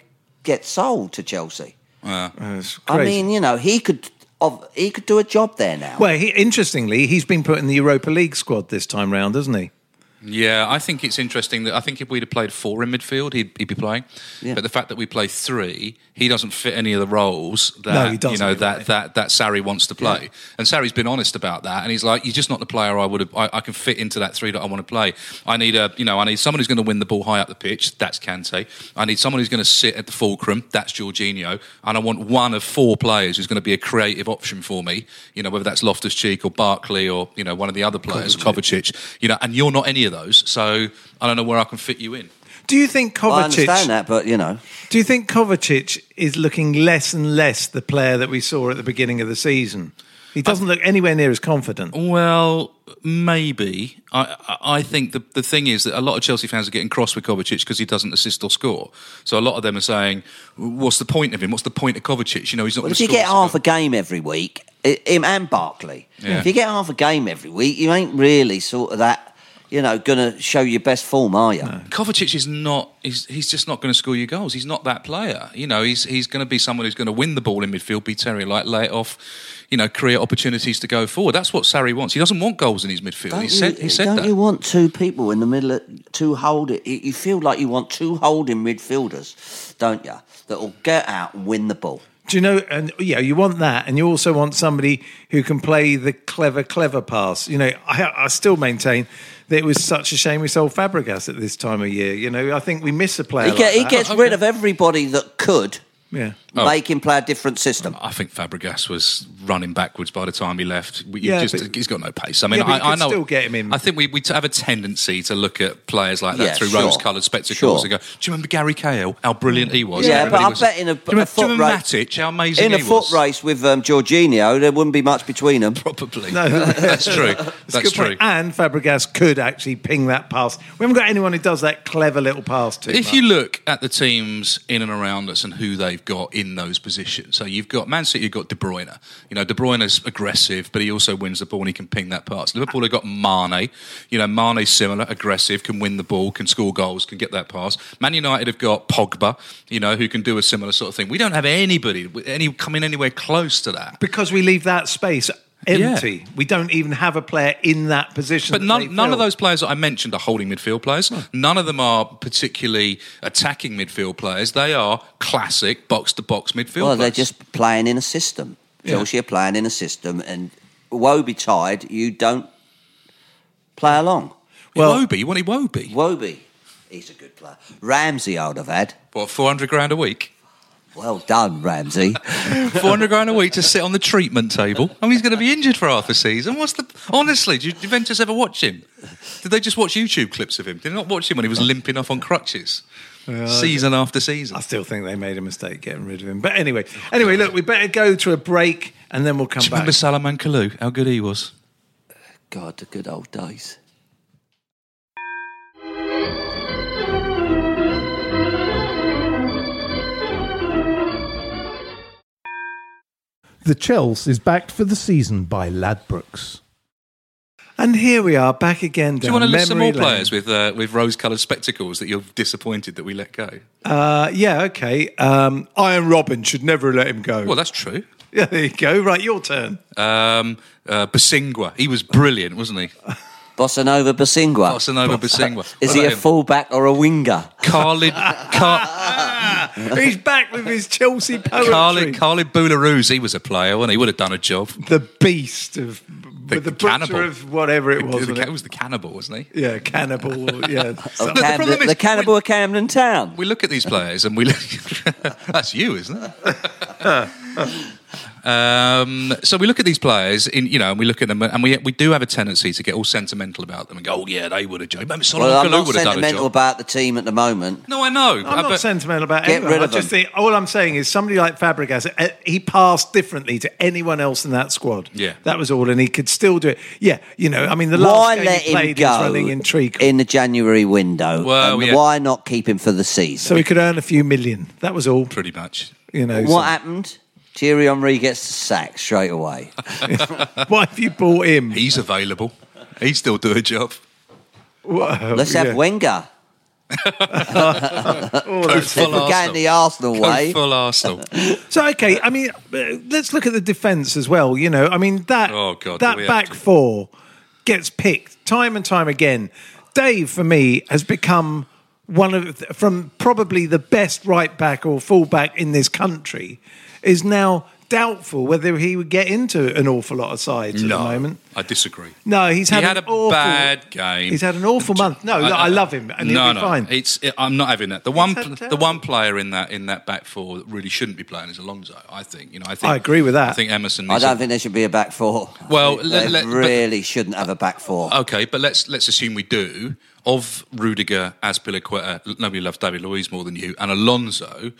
Speaker 7: get sold to Chelsea?
Speaker 5: It's
Speaker 7: I
Speaker 5: Uh, crazy.
Speaker 7: mean, you know, he could of he could do a job there now.
Speaker 5: well, he, interestingly, he's been put in the Europa League squad this time round, hasn't he?
Speaker 6: Yeah, I think it's interesting that I think if we'd have played four in midfield, he'd, he'd be playing. But the fact that we play three, he doesn't fit any of the roles that
Speaker 5: No, he
Speaker 6: you
Speaker 5: doesn't,
Speaker 6: know
Speaker 5: you're
Speaker 6: that,
Speaker 5: right.
Speaker 6: that that Sarri wants to play. And Sarri's been honest about that, and he's like, "You're just not the player I would have. I, I can fit into that three that I want to play. I need a you know, I need someone who's going to win the ball high up the pitch. That's Kante. I need someone who's going to sit at the fulcrum. That's Jorginho. And I want one of four players who's going to be a creative option for me. You know, whether that's Loftus Cheek or Barkley or you know one of the other players, Kovacic. You know, and you're not any of those, so I don't know where I can fit you in.
Speaker 5: Do you think
Speaker 7: I
Speaker 5: Kovacic?
Speaker 7: understand that, but you know,
Speaker 5: Do you think Kovacic is looking less and less the player that we saw at the beginning of the season? He doesn't look anywhere near as confident.
Speaker 6: Well, maybe. I I I think the the thing is that a lot of Chelsea fans are getting cross with Kovacic because he doesn't assist or score. So a lot of them are saying, "What's the point of him? What's the point of Kovacic? You know, he's not."
Speaker 7: Well,
Speaker 6: going
Speaker 7: if
Speaker 6: to
Speaker 7: you get half a game every week, i- him and Barkley,
Speaker 6: Yeah.
Speaker 7: if you get half a game every week, you ain't really sort of that, you know, going to show your best form, are you?
Speaker 6: Kovacic is not. He's, he's just not going to score you goals. He's not that player. You know, he's he's going to be someone who's going to win the ball in midfield, be Terry like lay it off. You know, create opportunities to go forward. That's what Sarri wants. He doesn't want goals in his midfield.
Speaker 7: Don't,
Speaker 6: he said
Speaker 7: you,
Speaker 6: he said
Speaker 7: don't
Speaker 6: that.
Speaker 7: you want two people in the middle of two hold it? You feel like you want two holding midfielders, don't you? That will get out and win the ball.
Speaker 5: Do you know? And yeah, you want that, and you also want somebody who can play the clever, clever pass. You know, I, I still maintain that it was such a shame we sold Fabregas at this time of year. You know, I think we miss a player.
Speaker 7: He, get,
Speaker 5: like
Speaker 7: he
Speaker 5: that.
Speaker 7: gets rid of everybody that could
Speaker 5: Yeah.
Speaker 6: Oh.
Speaker 7: make him play a different system.
Speaker 6: I think Fabregas was running backwards by the time he left. You
Speaker 5: Yeah,
Speaker 6: just,
Speaker 5: but-
Speaker 6: he's got no pace. I mean,
Speaker 5: Yeah,
Speaker 6: I,
Speaker 5: but you
Speaker 6: I
Speaker 5: could
Speaker 6: know.
Speaker 5: still get him in.
Speaker 6: I think we, we have a tendency to look at players like that
Speaker 7: Yeah,
Speaker 6: through
Speaker 7: sure.
Speaker 6: rose-coloured spectacles
Speaker 7: Sure.
Speaker 6: and go, "Do you remember Gary Cahill? How brilliant he was!"
Speaker 7: Yeah,
Speaker 6: And
Speaker 7: but
Speaker 6: he
Speaker 7: I
Speaker 6: was-
Speaker 7: bet in a-
Speaker 6: do you remember,
Speaker 7: a foot
Speaker 6: do you remember
Speaker 7: race-
Speaker 6: Matic, how amazing
Speaker 7: In a
Speaker 6: he
Speaker 7: foot
Speaker 6: was?
Speaker 7: race with um, Jorginho, there wouldn't be much between them.
Speaker 6: probably.
Speaker 5: No.
Speaker 6: that's true.
Speaker 5: It's a
Speaker 6: That's
Speaker 5: good
Speaker 6: true.
Speaker 5: point. And Fabregas could actually ping that pass. We haven't got anyone who does that clever little pass to.
Speaker 6: If you look at the teams in and around us and who they've got in those positions, so you've got Man City, you've got De Bruyne. You know, De Bruyne's aggressive, but he also wins the ball and he can ping that pass. Liverpool have got Mane. You know, Mane's similar, aggressive, can win the ball, can score goals, can get that pass. Man United have got Pogba, you know, who can do a similar sort of thing. We don't have anybody with any coming anywhere close to that.
Speaker 5: because we leave that space empty.
Speaker 6: Yeah.
Speaker 5: We don't even have a player in that position.
Speaker 6: But
Speaker 5: that they
Speaker 6: none, none of
Speaker 5: fill.
Speaker 6: those players that I mentioned are holding midfield players. None of them are particularly attacking midfield players. They are classic box to box midfield
Speaker 7: Well,
Speaker 6: players.
Speaker 7: they're just playing in a system. Chelsea are playing in a system, and woe betide, you don't play along.
Speaker 5: Well-
Speaker 6: Iwobi, you want Iwobi?
Speaker 7: Wobi, he's a good player. Ramsey, I'd have had.
Speaker 6: What, 400 grand a week?
Speaker 7: Well done, Ramsey.
Speaker 6: 400 grand a week to sit on the treatment table? I mean, he's going to be injured for half the season. What's the. Honestly, did Juventus ever watch him? Did they just watch YouTube clips of him? Did they not watch him when he was limping off on crutches? Season after season.
Speaker 5: I still think they made a mistake getting rid of him. But anyway, anyway, look, we better go to a break and then we'll come
Speaker 6: Do you
Speaker 5: back.
Speaker 6: remember Salaman Kalou? How good he was.
Speaker 7: God, the good old days.
Speaker 4: The Chelsea is backed for the season by Ladbrokes.
Speaker 5: And here we are back again.
Speaker 6: Do you want to list some more
Speaker 5: memory lane.
Speaker 6: players with uh, with rose coloured spectacles that you're disappointed that we let go?
Speaker 5: Uh, yeah, okay. Um, Iron Robin should never let him go.
Speaker 6: Well, that's true.
Speaker 5: yeah, there you go. Right, your turn.
Speaker 6: Um, uh, Basingwa, he was brilliant, wasn't he?
Speaker 7: Bossa Nova Basingwa.
Speaker 6: Bossa Nova Basingwa.
Speaker 7: Is
Speaker 6: What
Speaker 7: he
Speaker 6: about
Speaker 7: a
Speaker 6: him?
Speaker 7: fullback or a winger?
Speaker 6: Khalid, Car-
Speaker 5: He's back with his Chelsea poetry.
Speaker 6: Khalid, Khalid Boularus, he was a player, wasn't he? He would have done a job.
Speaker 5: the beast of the,
Speaker 6: The
Speaker 5: the
Speaker 6: cannibal.
Speaker 5: butcher of whatever it
Speaker 6: The-
Speaker 5: was.
Speaker 6: the-
Speaker 5: wasn't
Speaker 6: He was the cannibal, wasn't he?
Speaker 5: it? yeah, cannibal. or- yeah,
Speaker 7: Of
Speaker 5: something.
Speaker 7: Camden-
Speaker 6: problem is-
Speaker 7: the cannibal of Camden Town.
Speaker 6: We look at these players and we look. that's you, isn't it? um, so we look at these players, in you know, and we look at them, and we we do have a tendency to get all sentimental about them and go, "Oh yeah, they would have job." Remember Solomon
Speaker 7: Well, I'm
Speaker 6: Kalou
Speaker 7: not
Speaker 6: would have done a job.
Speaker 7: sentimental about the team at the moment.
Speaker 6: no, I know.
Speaker 5: I'm not sentimental about
Speaker 7: Uh, Get
Speaker 5: anyone.
Speaker 7: rid of
Speaker 5: I just
Speaker 7: them.
Speaker 5: think all I'm saying is somebody like Fabregas, uh, he passed differently to anyone else in that squad.
Speaker 6: Yeah.
Speaker 5: that was all, and he could still do it. Yeah, you know, I mean, the last
Speaker 7: Why
Speaker 5: game
Speaker 7: let
Speaker 5: he played,
Speaker 7: him
Speaker 5: he was
Speaker 7: go
Speaker 5: running in treacle,
Speaker 7: in the January window?
Speaker 6: Well,
Speaker 7: and
Speaker 6: yeah.
Speaker 7: Why not keep him for the season?
Speaker 5: so he could earn a few million. That was all.
Speaker 6: pretty much.
Speaker 5: You know,
Speaker 7: What happened? Thierry Henry gets sacked straight away.
Speaker 5: so- why have you bought him?
Speaker 6: He's available. He'd still do a job.
Speaker 5: Whoa,
Speaker 7: Let's
Speaker 5: yeah.
Speaker 7: have Wenger.
Speaker 5: Oh, that's-
Speaker 7: If we're going the Arsenal
Speaker 6: Go
Speaker 7: way,
Speaker 6: full Arsenal.
Speaker 5: So okay, I mean, uh, let's look at the defense as well. You know, I mean that
Speaker 6: Oh, God, do
Speaker 5: that
Speaker 6: we have
Speaker 5: back
Speaker 6: to?
Speaker 5: four gets picked time and time again. Dave for me has become one of from probably the best right back or full back in this country is now doubtful whether he would get into an awful lot of sides at the moment.
Speaker 6: I disagree.
Speaker 5: No, he's had,
Speaker 6: he had
Speaker 5: an
Speaker 6: a
Speaker 5: awful,
Speaker 6: bad game.
Speaker 5: He's had an awful month. No, look, I love him, and
Speaker 6: no,
Speaker 5: he'll be
Speaker 6: no,
Speaker 5: fine.
Speaker 6: It's it, I'm not having that. The one
Speaker 5: had
Speaker 6: pl- the
Speaker 5: terrible-
Speaker 6: one player in that in that back four that really shouldn't be playing is Alonso. I think you know. I think
Speaker 5: I agree with that.
Speaker 6: I think Emerson.
Speaker 7: I
Speaker 6: Needs
Speaker 7: don't
Speaker 6: to-
Speaker 7: think there should be a back four. I
Speaker 6: Well,
Speaker 7: think
Speaker 6: let-
Speaker 7: they
Speaker 6: let- but-
Speaker 7: really shouldn't have a back four.
Speaker 6: Okay, but let's let's assume we do. Of Rudiger, Aspilicueta, nobody loves David Luiz more than you, and Alonso.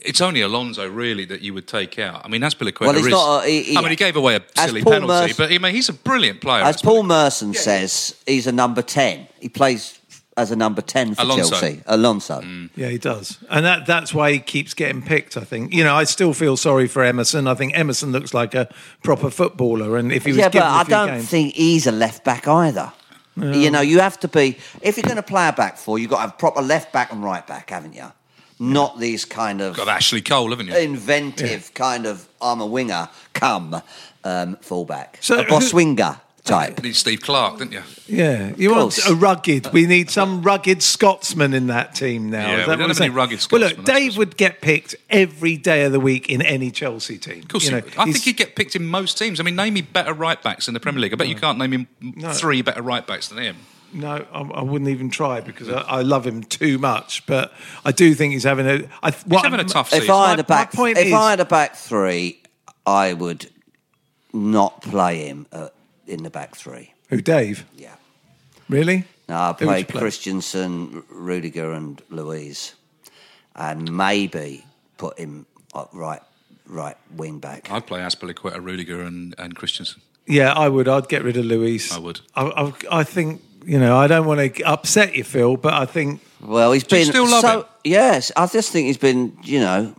Speaker 6: it's only Alonso really that you would take out. I mean, Aspilicueta
Speaker 7: Well, he's
Speaker 6: is.
Speaker 7: not a- he- he-
Speaker 6: I mean, he gave away a
Speaker 7: As
Speaker 6: silly
Speaker 7: Paul
Speaker 6: penalty,
Speaker 7: Merson-
Speaker 6: but I mean, he's a brilliant player.
Speaker 7: As Paul Merson says, he's a number 10. He plays as a number 10 for
Speaker 5: Alonso.
Speaker 7: Chelsea.
Speaker 6: Mm.
Speaker 7: Alonso.
Speaker 5: Yeah, he does. And that, that's why he keeps getting picked, I think. You know, I still feel sorry for Emerson. I think Emerson looks like a proper footballer. And if he was
Speaker 7: yeah, but
Speaker 5: given a
Speaker 7: I
Speaker 5: few
Speaker 7: don't
Speaker 5: games-
Speaker 7: think he's a left back either.
Speaker 5: No.
Speaker 7: You know, you have to be if you're going to play a back four, you've got to have proper left back and right back, haven't you? Not these kind of
Speaker 6: Got Ashley Cole, haven't you?
Speaker 7: inventive kind of I'm a winger, come um, fullback,
Speaker 6: So
Speaker 7: so a Boswinger type.
Speaker 6: You need Steve Clark, didn't you?
Speaker 5: Yeah, you want a rugged. We need some rugged Scotsman in that team
Speaker 6: Yeah,
Speaker 5: now. Is that
Speaker 6: we don't
Speaker 5: what you're
Speaker 6: have any
Speaker 5: saying?
Speaker 6: rugged
Speaker 5: Well, look, Dave would get picked every day of the week in any Chelsea team.
Speaker 6: Of course, he would. I think he'd get picked in most teams. I mean, name me better right backs in the Premier League. I bet you can't name him three better right backs than him.
Speaker 5: No, I, I wouldn't even try because I, I love him too much. But I do think he's having a. I, th- what I'm-
Speaker 7: If I had
Speaker 5: My-
Speaker 7: a back,
Speaker 5: my point
Speaker 7: if
Speaker 5: is,
Speaker 7: I had a back three, I would not play him uh, in the back three.
Speaker 5: who Dave? Yeah. Really?
Speaker 7: No,
Speaker 5: Who
Speaker 7: I
Speaker 5: would you
Speaker 7: played
Speaker 5: play?
Speaker 7: Christensen, R- Rudiger, and Louise, and maybe put him up right, right wing back.
Speaker 6: I'd play Aspilicueta, Rudiger, and, and Christensen.
Speaker 5: Yeah, I would. I'd get rid of Luis. I would. I, I, think you know. I don't want to upset you, Phil, but I think.
Speaker 7: Well, he's
Speaker 5: Do you
Speaker 7: been
Speaker 5: still love
Speaker 7: so.
Speaker 5: him?
Speaker 7: Yes, I just think he's been. You know,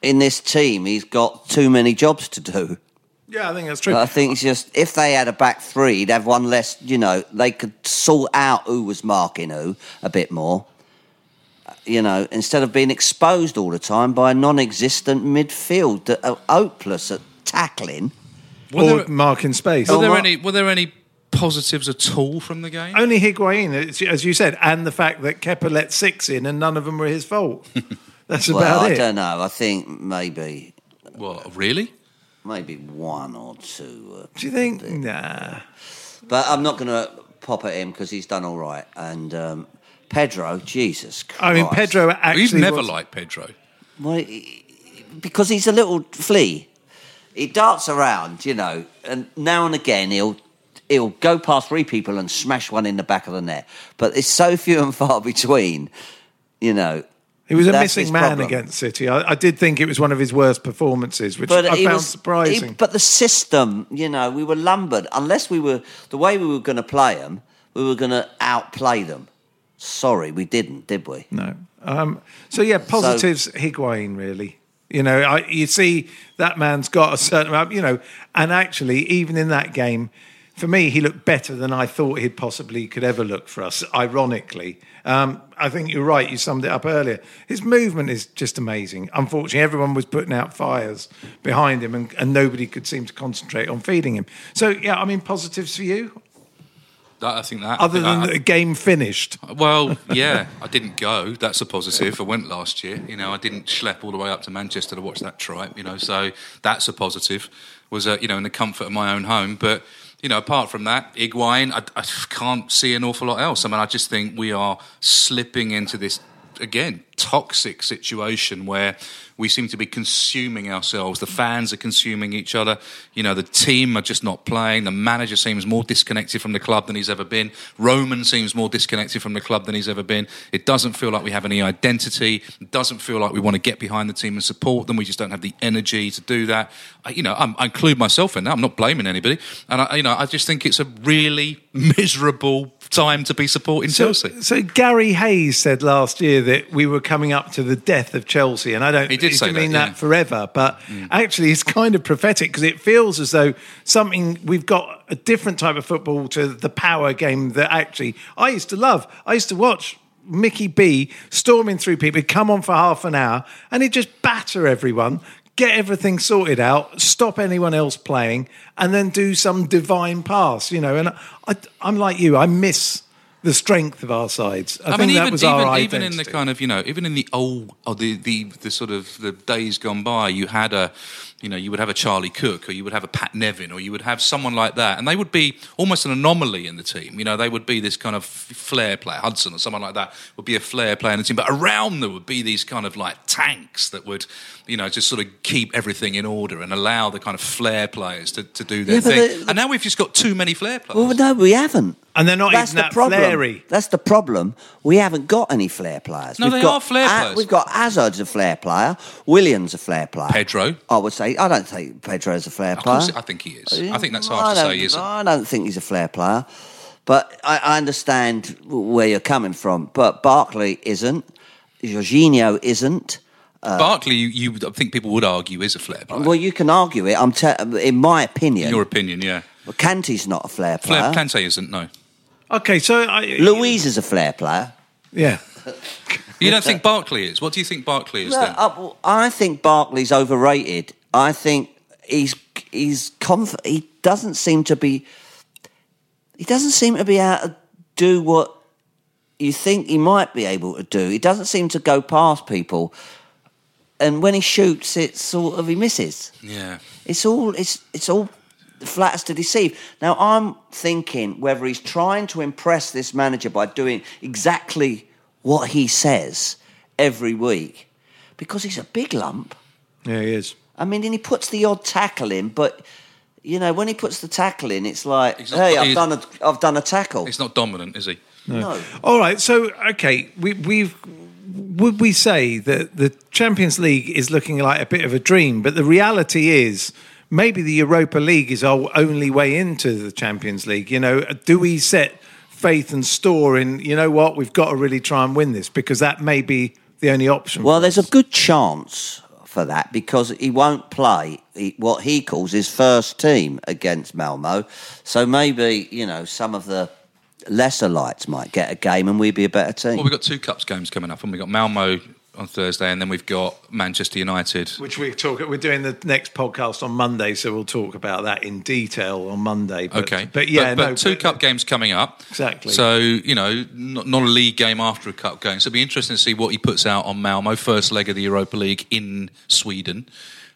Speaker 7: in this team, he's got too many jobs to do.
Speaker 5: Yeah, I think that's true.
Speaker 7: I think it's just if they had a back three, they'd have one less. You know, they could sort out who was marking who a bit more. Uh, You know, instead of being exposed all the time by a non-existent midfield that are hopeless at tackling.
Speaker 5: or Mark in space.
Speaker 6: Were there any? Were there any positives at all from the game?
Speaker 5: Only Higuain, as- as you said, and the fact that Kepa let six in and none of them were his fault. That's
Speaker 7: well,
Speaker 5: about
Speaker 7: I
Speaker 5: it.
Speaker 7: don't know. I think maybe.
Speaker 6: What really?
Speaker 7: Maybe one or two. uh,
Speaker 5: Do you think? Nah.
Speaker 7: But I'm not going to pop at him because he's done all right. And um, Pedro, Jesus Christ!
Speaker 5: I mean, Pedro actually.
Speaker 6: You've never
Speaker 5: was-
Speaker 6: liked Pedro.
Speaker 7: Well, he- because he's a little flea. He darts around, you know, and now and again he'll he'll go past three people and smash one in the back of the net. But it's so few and far between, you know.
Speaker 5: He was a
Speaker 7: That's
Speaker 5: missing
Speaker 7: his
Speaker 5: man
Speaker 7: problem.
Speaker 5: against City. I, I did think it was one of his worst performances, which I
Speaker 7: he
Speaker 5: found
Speaker 7: was-
Speaker 5: surprising.
Speaker 7: he- but the system, you know, we were lumbered unless we were the way we were going to play them. We were going to outplay them. Sorry, we didn't, did we?
Speaker 5: No. Um, so yeah, positives Higuain really. You know, I, you see that man's got a certain amount. You know, and actually, even in that game, for me, he looked better than I thought he'd possibly could ever look for us. Ironically, um, I think you're right. You summed it up earlier. His movement is just amazing. Unfortunately, everyone was putting out fires behind him, and, and nobody could seem to concentrate on feeding him. So yeah, I mean, positives for you,
Speaker 6: That, I think that.
Speaker 5: other
Speaker 6: I
Speaker 5: than
Speaker 6: think
Speaker 5: the game finished.
Speaker 6: that- well, yeah, I didn't go. That's a positive. I went last year. You know, I didn't schlep all the way up to Manchester to watch that tripe. You know, so that's a positive. Was uh, you know in the comfort of my own home, but. You know, apart from that, Iguain, I, I can't see an awful lot else. I mean, I just think we are slipping into this again toxic situation where we seem to be consuming ourselves the fans are consuming each other you know the team are just not playing the manager seems more disconnected from the club than he's ever been roman seems more disconnected from the club than he's ever been it doesn't feel like we have any identity it doesn't feel like we want to get behind the team and support them we just don't have the energy to do that I, you know I'm, i include myself in that i'm not blaming anybody and i you know i just think it's a really miserable time to be supporting chelsea
Speaker 5: So Gary Hayes said last year that we were coming up to the death of Chelsea, and I don't
Speaker 6: He did say
Speaker 5: can mean
Speaker 6: that, yeah.
Speaker 5: forever, but
Speaker 6: Mm.
Speaker 5: actually it's kind of prophetic because it feels as though something we've got a different type of football to the power game that actually I used to love. I used to watch. Mickey B storming through people, he'd come on for half an hour and he'd just batter everyone, get everything sorted out, stop anyone else playing, and then do some divine pass, you know. And I, I'm like you, I miss the strength of our sides. I, think that was
Speaker 6: even,
Speaker 5: our
Speaker 6: even
Speaker 5: identity.
Speaker 6: in the kind of you know, even in the old or Oh, the, the the sort of the days gone by, you had a, you know, you would have a Charlie Cook or you would have a Pat Nevin or you would have someone like that, and they would be almost an anomaly in the team. You know, they would be this kind of flair player, Hudson or someone like that would be a flair player in the team, but around there would be these kind of like tanks that would, you know, just sort of keep everything in order and allow the kind of flair players to, to do their
Speaker 7: Yeah, but
Speaker 6: thing.
Speaker 7: the-
Speaker 6: and now we've just got too many flair players.
Speaker 7: Well, no, we haven't.
Speaker 5: And they're not even that
Speaker 7: problem.
Speaker 5: flary.
Speaker 7: That's the problem. We haven't got any flair players.
Speaker 6: No,
Speaker 7: we've
Speaker 6: they
Speaker 7: got,
Speaker 6: are flair
Speaker 7: Ah,
Speaker 6: players.
Speaker 7: We've got Hazard's a flair player. Williams a flair player.
Speaker 6: Pedro.
Speaker 7: I would say I don't think Pedro's a flair
Speaker 6: Of
Speaker 7: player.
Speaker 6: course, I think he is. I think that's
Speaker 7: I
Speaker 6: hard to
Speaker 7: don't-
Speaker 6: say, he isn't
Speaker 7: I don't think he's a flair player, but I, I understand where you're coming from. But Barkley isn't. Jorginho isn't.
Speaker 6: Barkley, you, you I think people would argue is a flair player.
Speaker 7: Well, you can argue it. I'm te- in my opinion.
Speaker 6: In your opinion, yeah.
Speaker 7: Kante's not a flair player.
Speaker 6: Flair Kante isn't. No,
Speaker 5: Okay, so I,
Speaker 7: Louise is a flair player.
Speaker 5: yeah,
Speaker 6: you don't think Barkley is. What do you think Barkley is?
Speaker 7: No,
Speaker 6: then?
Speaker 7: I, well, I think Barkley's overrated. I think he's he's conf- he doesn't seem to be he doesn't seem to be able to do what you think he might be able to do. He doesn't seem to go past people, and when he shoots, it's sort of he misses.
Speaker 6: Yeah.
Speaker 7: It's all it's it's all flatters to deceive. Now I'm thinking whether he's trying to impress this manager by doing exactly what he says every week, because he's a big lump.
Speaker 5: yeah, he is.
Speaker 7: I mean, and he puts the odd tackle in, but you know when he puts the tackle in, it's like,
Speaker 6: He's not-
Speaker 7: hey, I've
Speaker 6: he's-
Speaker 7: done a I've done a tackle.
Speaker 6: He's not dominant, is he?
Speaker 7: No,
Speaker 5: All right, so okay, we, we've would we say that the Champions League is looking like a bit of a dream, but the reality is maybe the Europa League is our only way into the Champions League. You know, do we set faith and store in? You know what, we've got to really try and win this because that may be the only option.
Speaker 7: Well, there's a good chance for that because he won't play he- what he calls his first team against Malmo. So maybe, you know, some of the lesser lights might get a game and we'd be a better team.
Speaker 6: Well, we've got two cups games coming up, and we've got Malmo on Thursday, and then we've got Manchester United.
Speaker 5: which we talk. We're doing the next podcast on Monday, so we'll talk about that in detail on Monday. But,
Speaker 6: Okay,
Speaker 5: but yeah,
Speaker 6: but, but
Speaker 5: no,
Speaker 6: two
Speaker 5: but-
Speaker 6: cup games coming up.
Speaker 5: Exactly.
Speaker 6: So you know, not, not a league game after a cup game. So it'll be interesting to see what he puts out on Malmo first leg of the Europa League in Sweden.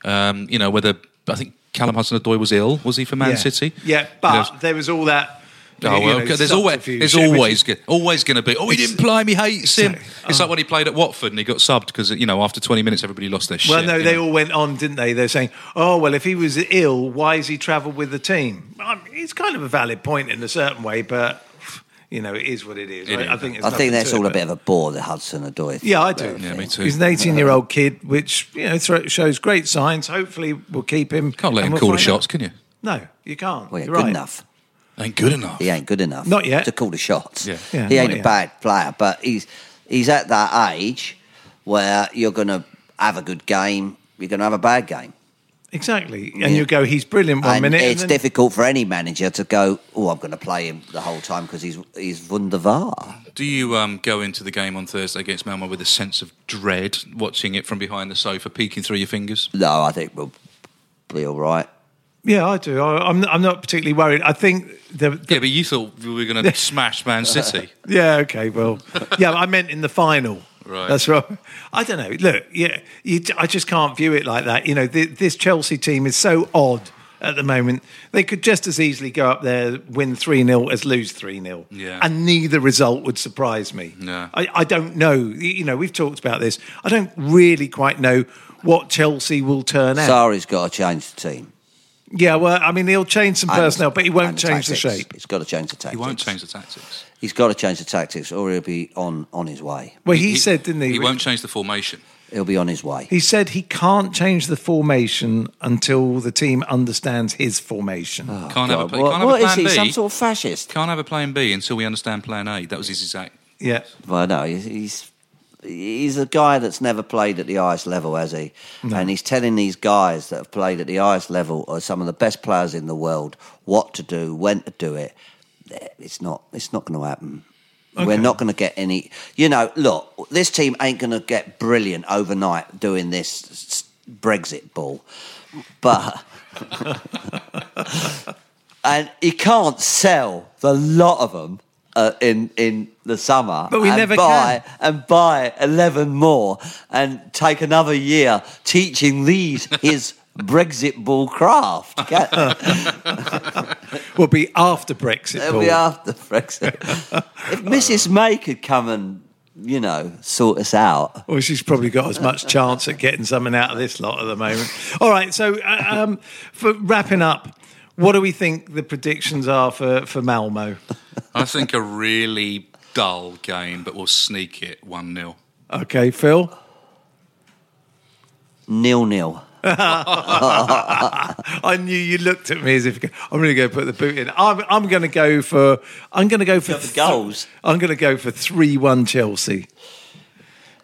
Speaker 6: Um, you know whether I think Callum Hudson-Odoi was ill. Was he for Man
Speaker 5: yeah.
Speaker 6: City?
Speaker 5: Yeah,
Speaker 6: You
Speaker 5: but
Speaker 6: know,
Speaker 5: there was all that.
Speaker 6: Oh,
Speaker 5: you
Speaker 6: well,
Speaker 5: know,
Speaker 6: okay, there's always
Speaker 5: subterfuge,
Speaker 6: there's
Speaker 5: which is-
Speaker 6: always go- always going to be. Oh, he didn't play. Me hates him.
Speaker 5: Exactly.
Speaker 6: It's like when he played at Watford and he got subbed because you know after 20 minutes everybody lost their shit.
Speaker 5: Well, no,
Speaker 6: you
Speaker 5: they
Speaker 6: know.
Speaker 5: all went on, didn't they? They're saying, "Oh, well, if he was ill, why has he travelled with the team?" Um, it's kind of a valid point in a certain way, but you know, it is what it is.
Speaker 6: It
Speaker 5: I,
Speaker 6: is.
Speaker 5: I think there's
Speaker 7: I think
Speaker 5: nothing
Speaker 7: that's
Speaker 5: to
Speaker 7: all a
Speaker 5: it,
Speaker 7: bit of a bore, the Hudson Adoy.
Speaker 5: Yeah, I do.
Speaker 6: Yeah, me too.
Speaker 5: He's an 18-year-old kid, which you know thro- shows great signs. Hopefully, we'll keep him.
Speaker 6: can't let
Speaker 5: and
Speaker 6: him
Speaker 5: we'll
Speaker 6: call the
Speaker 5: find
Speaker 6: shots,
Speaker 5: out.
Speaker 6: can you?
Speaker 5: No, you can't.
Speaker 7: Well, he ain't
Speaker 5: You're
Speaker 7: good
Speaker 5: right.
Speaker 7: enough.
Speaker 6: Ain't good enough.
Speaker 7: He ain't good enough.
Speaker 5: Not yet.
Speaker 7: To call the shots.
Speaker 6: Yeah.
Speaker 5: Yeah,
Speaker 7: he ain't
Speaker 5: not
Speaker 7: a
Speaker 5: yet.
Speaker 7: bad player, but he's he's at that age where you're going to have a good game, you're going to have a bad game.
Speaker 5: Exactly, and you go, he's brilliant one
Speaker 7: and
Speaker 5: minute. and
Speaker 7: It's
Speaker 5: then-
Speaker 7: difficult for any manager to go, oh, I'm going to play him the whole time because he's he's wunderbar.
Speaker 6: Do you um, go into the game on Thursday against Malmo with a sense of dread, watching it from behind the sofa, peeking through your fingers?
Speaker 7: No, I think we'll be all right.
Speaker 5: Yeah, I do. I, I'm, I'm not particularly worried. I think the,
Speaker 6: Yeah, but you thought we were going to smash Man City.
Speaker 5: Yeah, okay, well, yeah, I meant in the final.
Speaker 6: Right.
Speaker 5: That's right. I don't know. Look, yeah, you, I just can't view it like that. You know, th- this Chelsea team is so odd at the moment. They could just as easily go up there, win 3 0 as lose 3 0.
Speaker 6: Yeah.
Speaker 5: And neither result would surprise me.
Speaker 6: Yeah.
Speaker 5: I, I don't know. Y- You know, we've talked about this. I don't really quite know what Chelsea will turn out.
Speaker 7: Sari's got to change the team.
Speaker 5: Yeah, well, I mean, he'll change some
Speaker 7: And-
Speaker 5: personnel, but he
Speaker 7: and
Speaker 5: won't change the
Speaker 7: tactics.
Speaker 5: shape.
Speaker 7: He's got to change the tactics.
Speaker 6: He won't change the tactics.
Speaker 7: He's got to change the tactics or he'll be on, on his way.
Speaker 5: Well, he, said, didn't he?
Speaker 6: He won't change the formation.
Speaker 7: He'll be on his way.
Speaker 5: He said he can't change the formation until the team understands his formation.
Speaker 6: Can't have a,
Speaker 7: God,
Speaker 6: pla-
Speaker 7: what-
Speaker 6: can't have
Speaker 7: what
Speaker 6: a
Speaker 7: is
Speaker 6: plan
Speaker 7: he,
Speaker 6: B.
Speaker 7: some sort of fascist?
Speaker 6: Can't have a plan B until we understand plan A. That was his exact.
Speaker 5: Yeah.
Speaker 7: Well, no, he's, he's he's a guy that's never played at the highest level, has he? And he's telling these guys that have played at the highest level are some of the best players in the world what to do, when to do it. It's not. It's not going to happen. We're not going to get any. You know, look, this team ain't going to get brilliant overnight doing this s- Brexit ball, but. and he can't sell the lot of them uh, in in the summer.
Speaker 5: But we
Speaker 7: and
Speaker 5: never
Speaker 7: buy, and buy eleven more and take another year teaching these his Brexit ball craft. Can-
Speaker 5: Will be after Brexit.
Speaker 7: It'll
Speaker 5: Paul.
Speaker 7: be after Brexit. if Mrs May could come and you know sort us out,
Speaker 5: Well, she's probably got as much chance at getting something out of this lot at the moment. All right. So, uh, um, for wrapping up, What do we think the predictions are for, for Malmo?
Speaker 6: I think a really dull game, but we'll sneak it 1 0.
Speaker 5: Okay, Phil?
Speaker 7: Nil nil.
Speaker 5: I knew you looked at me as if you go, I'm going to go put the boot in. I'm, I'm going to go for I'm going to go for
Speaker 7: Go for goals.
Speaker 5: I'm going to go for three one Chelsea.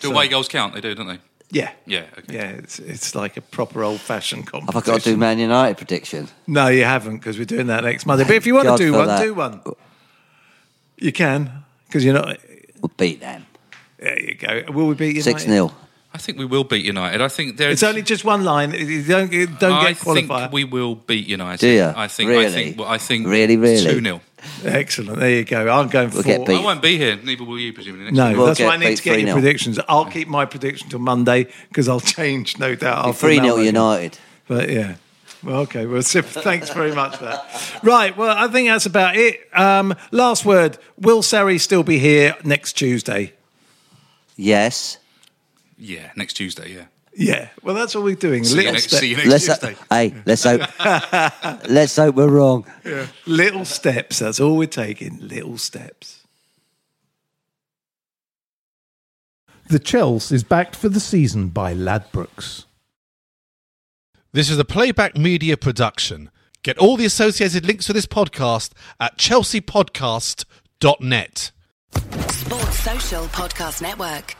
Speaker 6: Do away goals count? They do, don't they?
Speaker 5: Yeah,
Speaker 6: Yeah, okay.
Speaker 5: yeah. It's it's like a proper old fashioned
Speaker 7: Have
Speaker 5: competition.
Speaker 7: I got to do Man United prediction?
Speaker 5: No, you haven't because we're doing that next Monday. But if you want
Speaker 7: God
Speaker 5: to do
Speaker 7: for
Speaker 5: one,
Speaker 7: that.
Speaker 5: do one. You can because you're not.
Speaker 7: We'll beat them.
Speaker 5: There you go. Will we beat United?
Speaker 7: Six 0
Speaker 6: I think we will beat United. I think there's.
Speaker 5: It's only just one line. You don't you don't
Speaker 6: I
Speaker 5: get qualifier.
Speaker 6: think we will beat United.
Speaker 7: Do ya?
Speaker 6: I think. I
Speaker 7: Really?
Speaker 6: think. well, I think.
Speaker 7: Really, really?
Speaker 6: Two 0
Speaker 5: Excellent. There you go. I'm going
Speaker 7: We'll
Speaker 5: for.
Speaker 7: get beat.
Speaker 6: I won't be here. Neither will you, presumably. Next
Speaker 5: No,
Speaker 6: week.
Speaker 7: We'll
Speaker 5: that's why I
Speaker 7: get
Speaker 5: need to
Speaker 7: beat
Speaker 5: get your
Speaker 7: 3-0.
Speaker 5: predictions. I'll keep my prediction till Monday because I'll change, no doubt. after
Speaker 7: Oh, Three 0
Speaker 5: Malmo.
Speaker 7: United.
Speaker 5: But yeah. Well, okay. Well, so thanks very much for that. Right. Well, I think that's about it. Um, last word. Will Surrey still be here next Tuesday?
Speaker 7: Yes.
Speaker 6: Yeah, next Tuesday. Yeah.
Speaker 5: Yeah. Well, that's all we're doing.
Speaker 6: See you
Speaker 5: little
Speaker 6: next,
Speaker 5: step,
Speaker 6: see you next
Speaker 7: Let's uh,
Speaker 6: Tuesday.
Speaker 7: hey, let's hope. let's hope we're wrong.
Speaker 5: little steps. That's all we're taking. Little steps.
Speaker 4: The Chels is backed for the season by Ladbrokes.
Speaker 9: This is a playback media production. Get all the associated links for this podcast at chelseapodcast.net.
Speaker 3: Sports Social Podcast Network.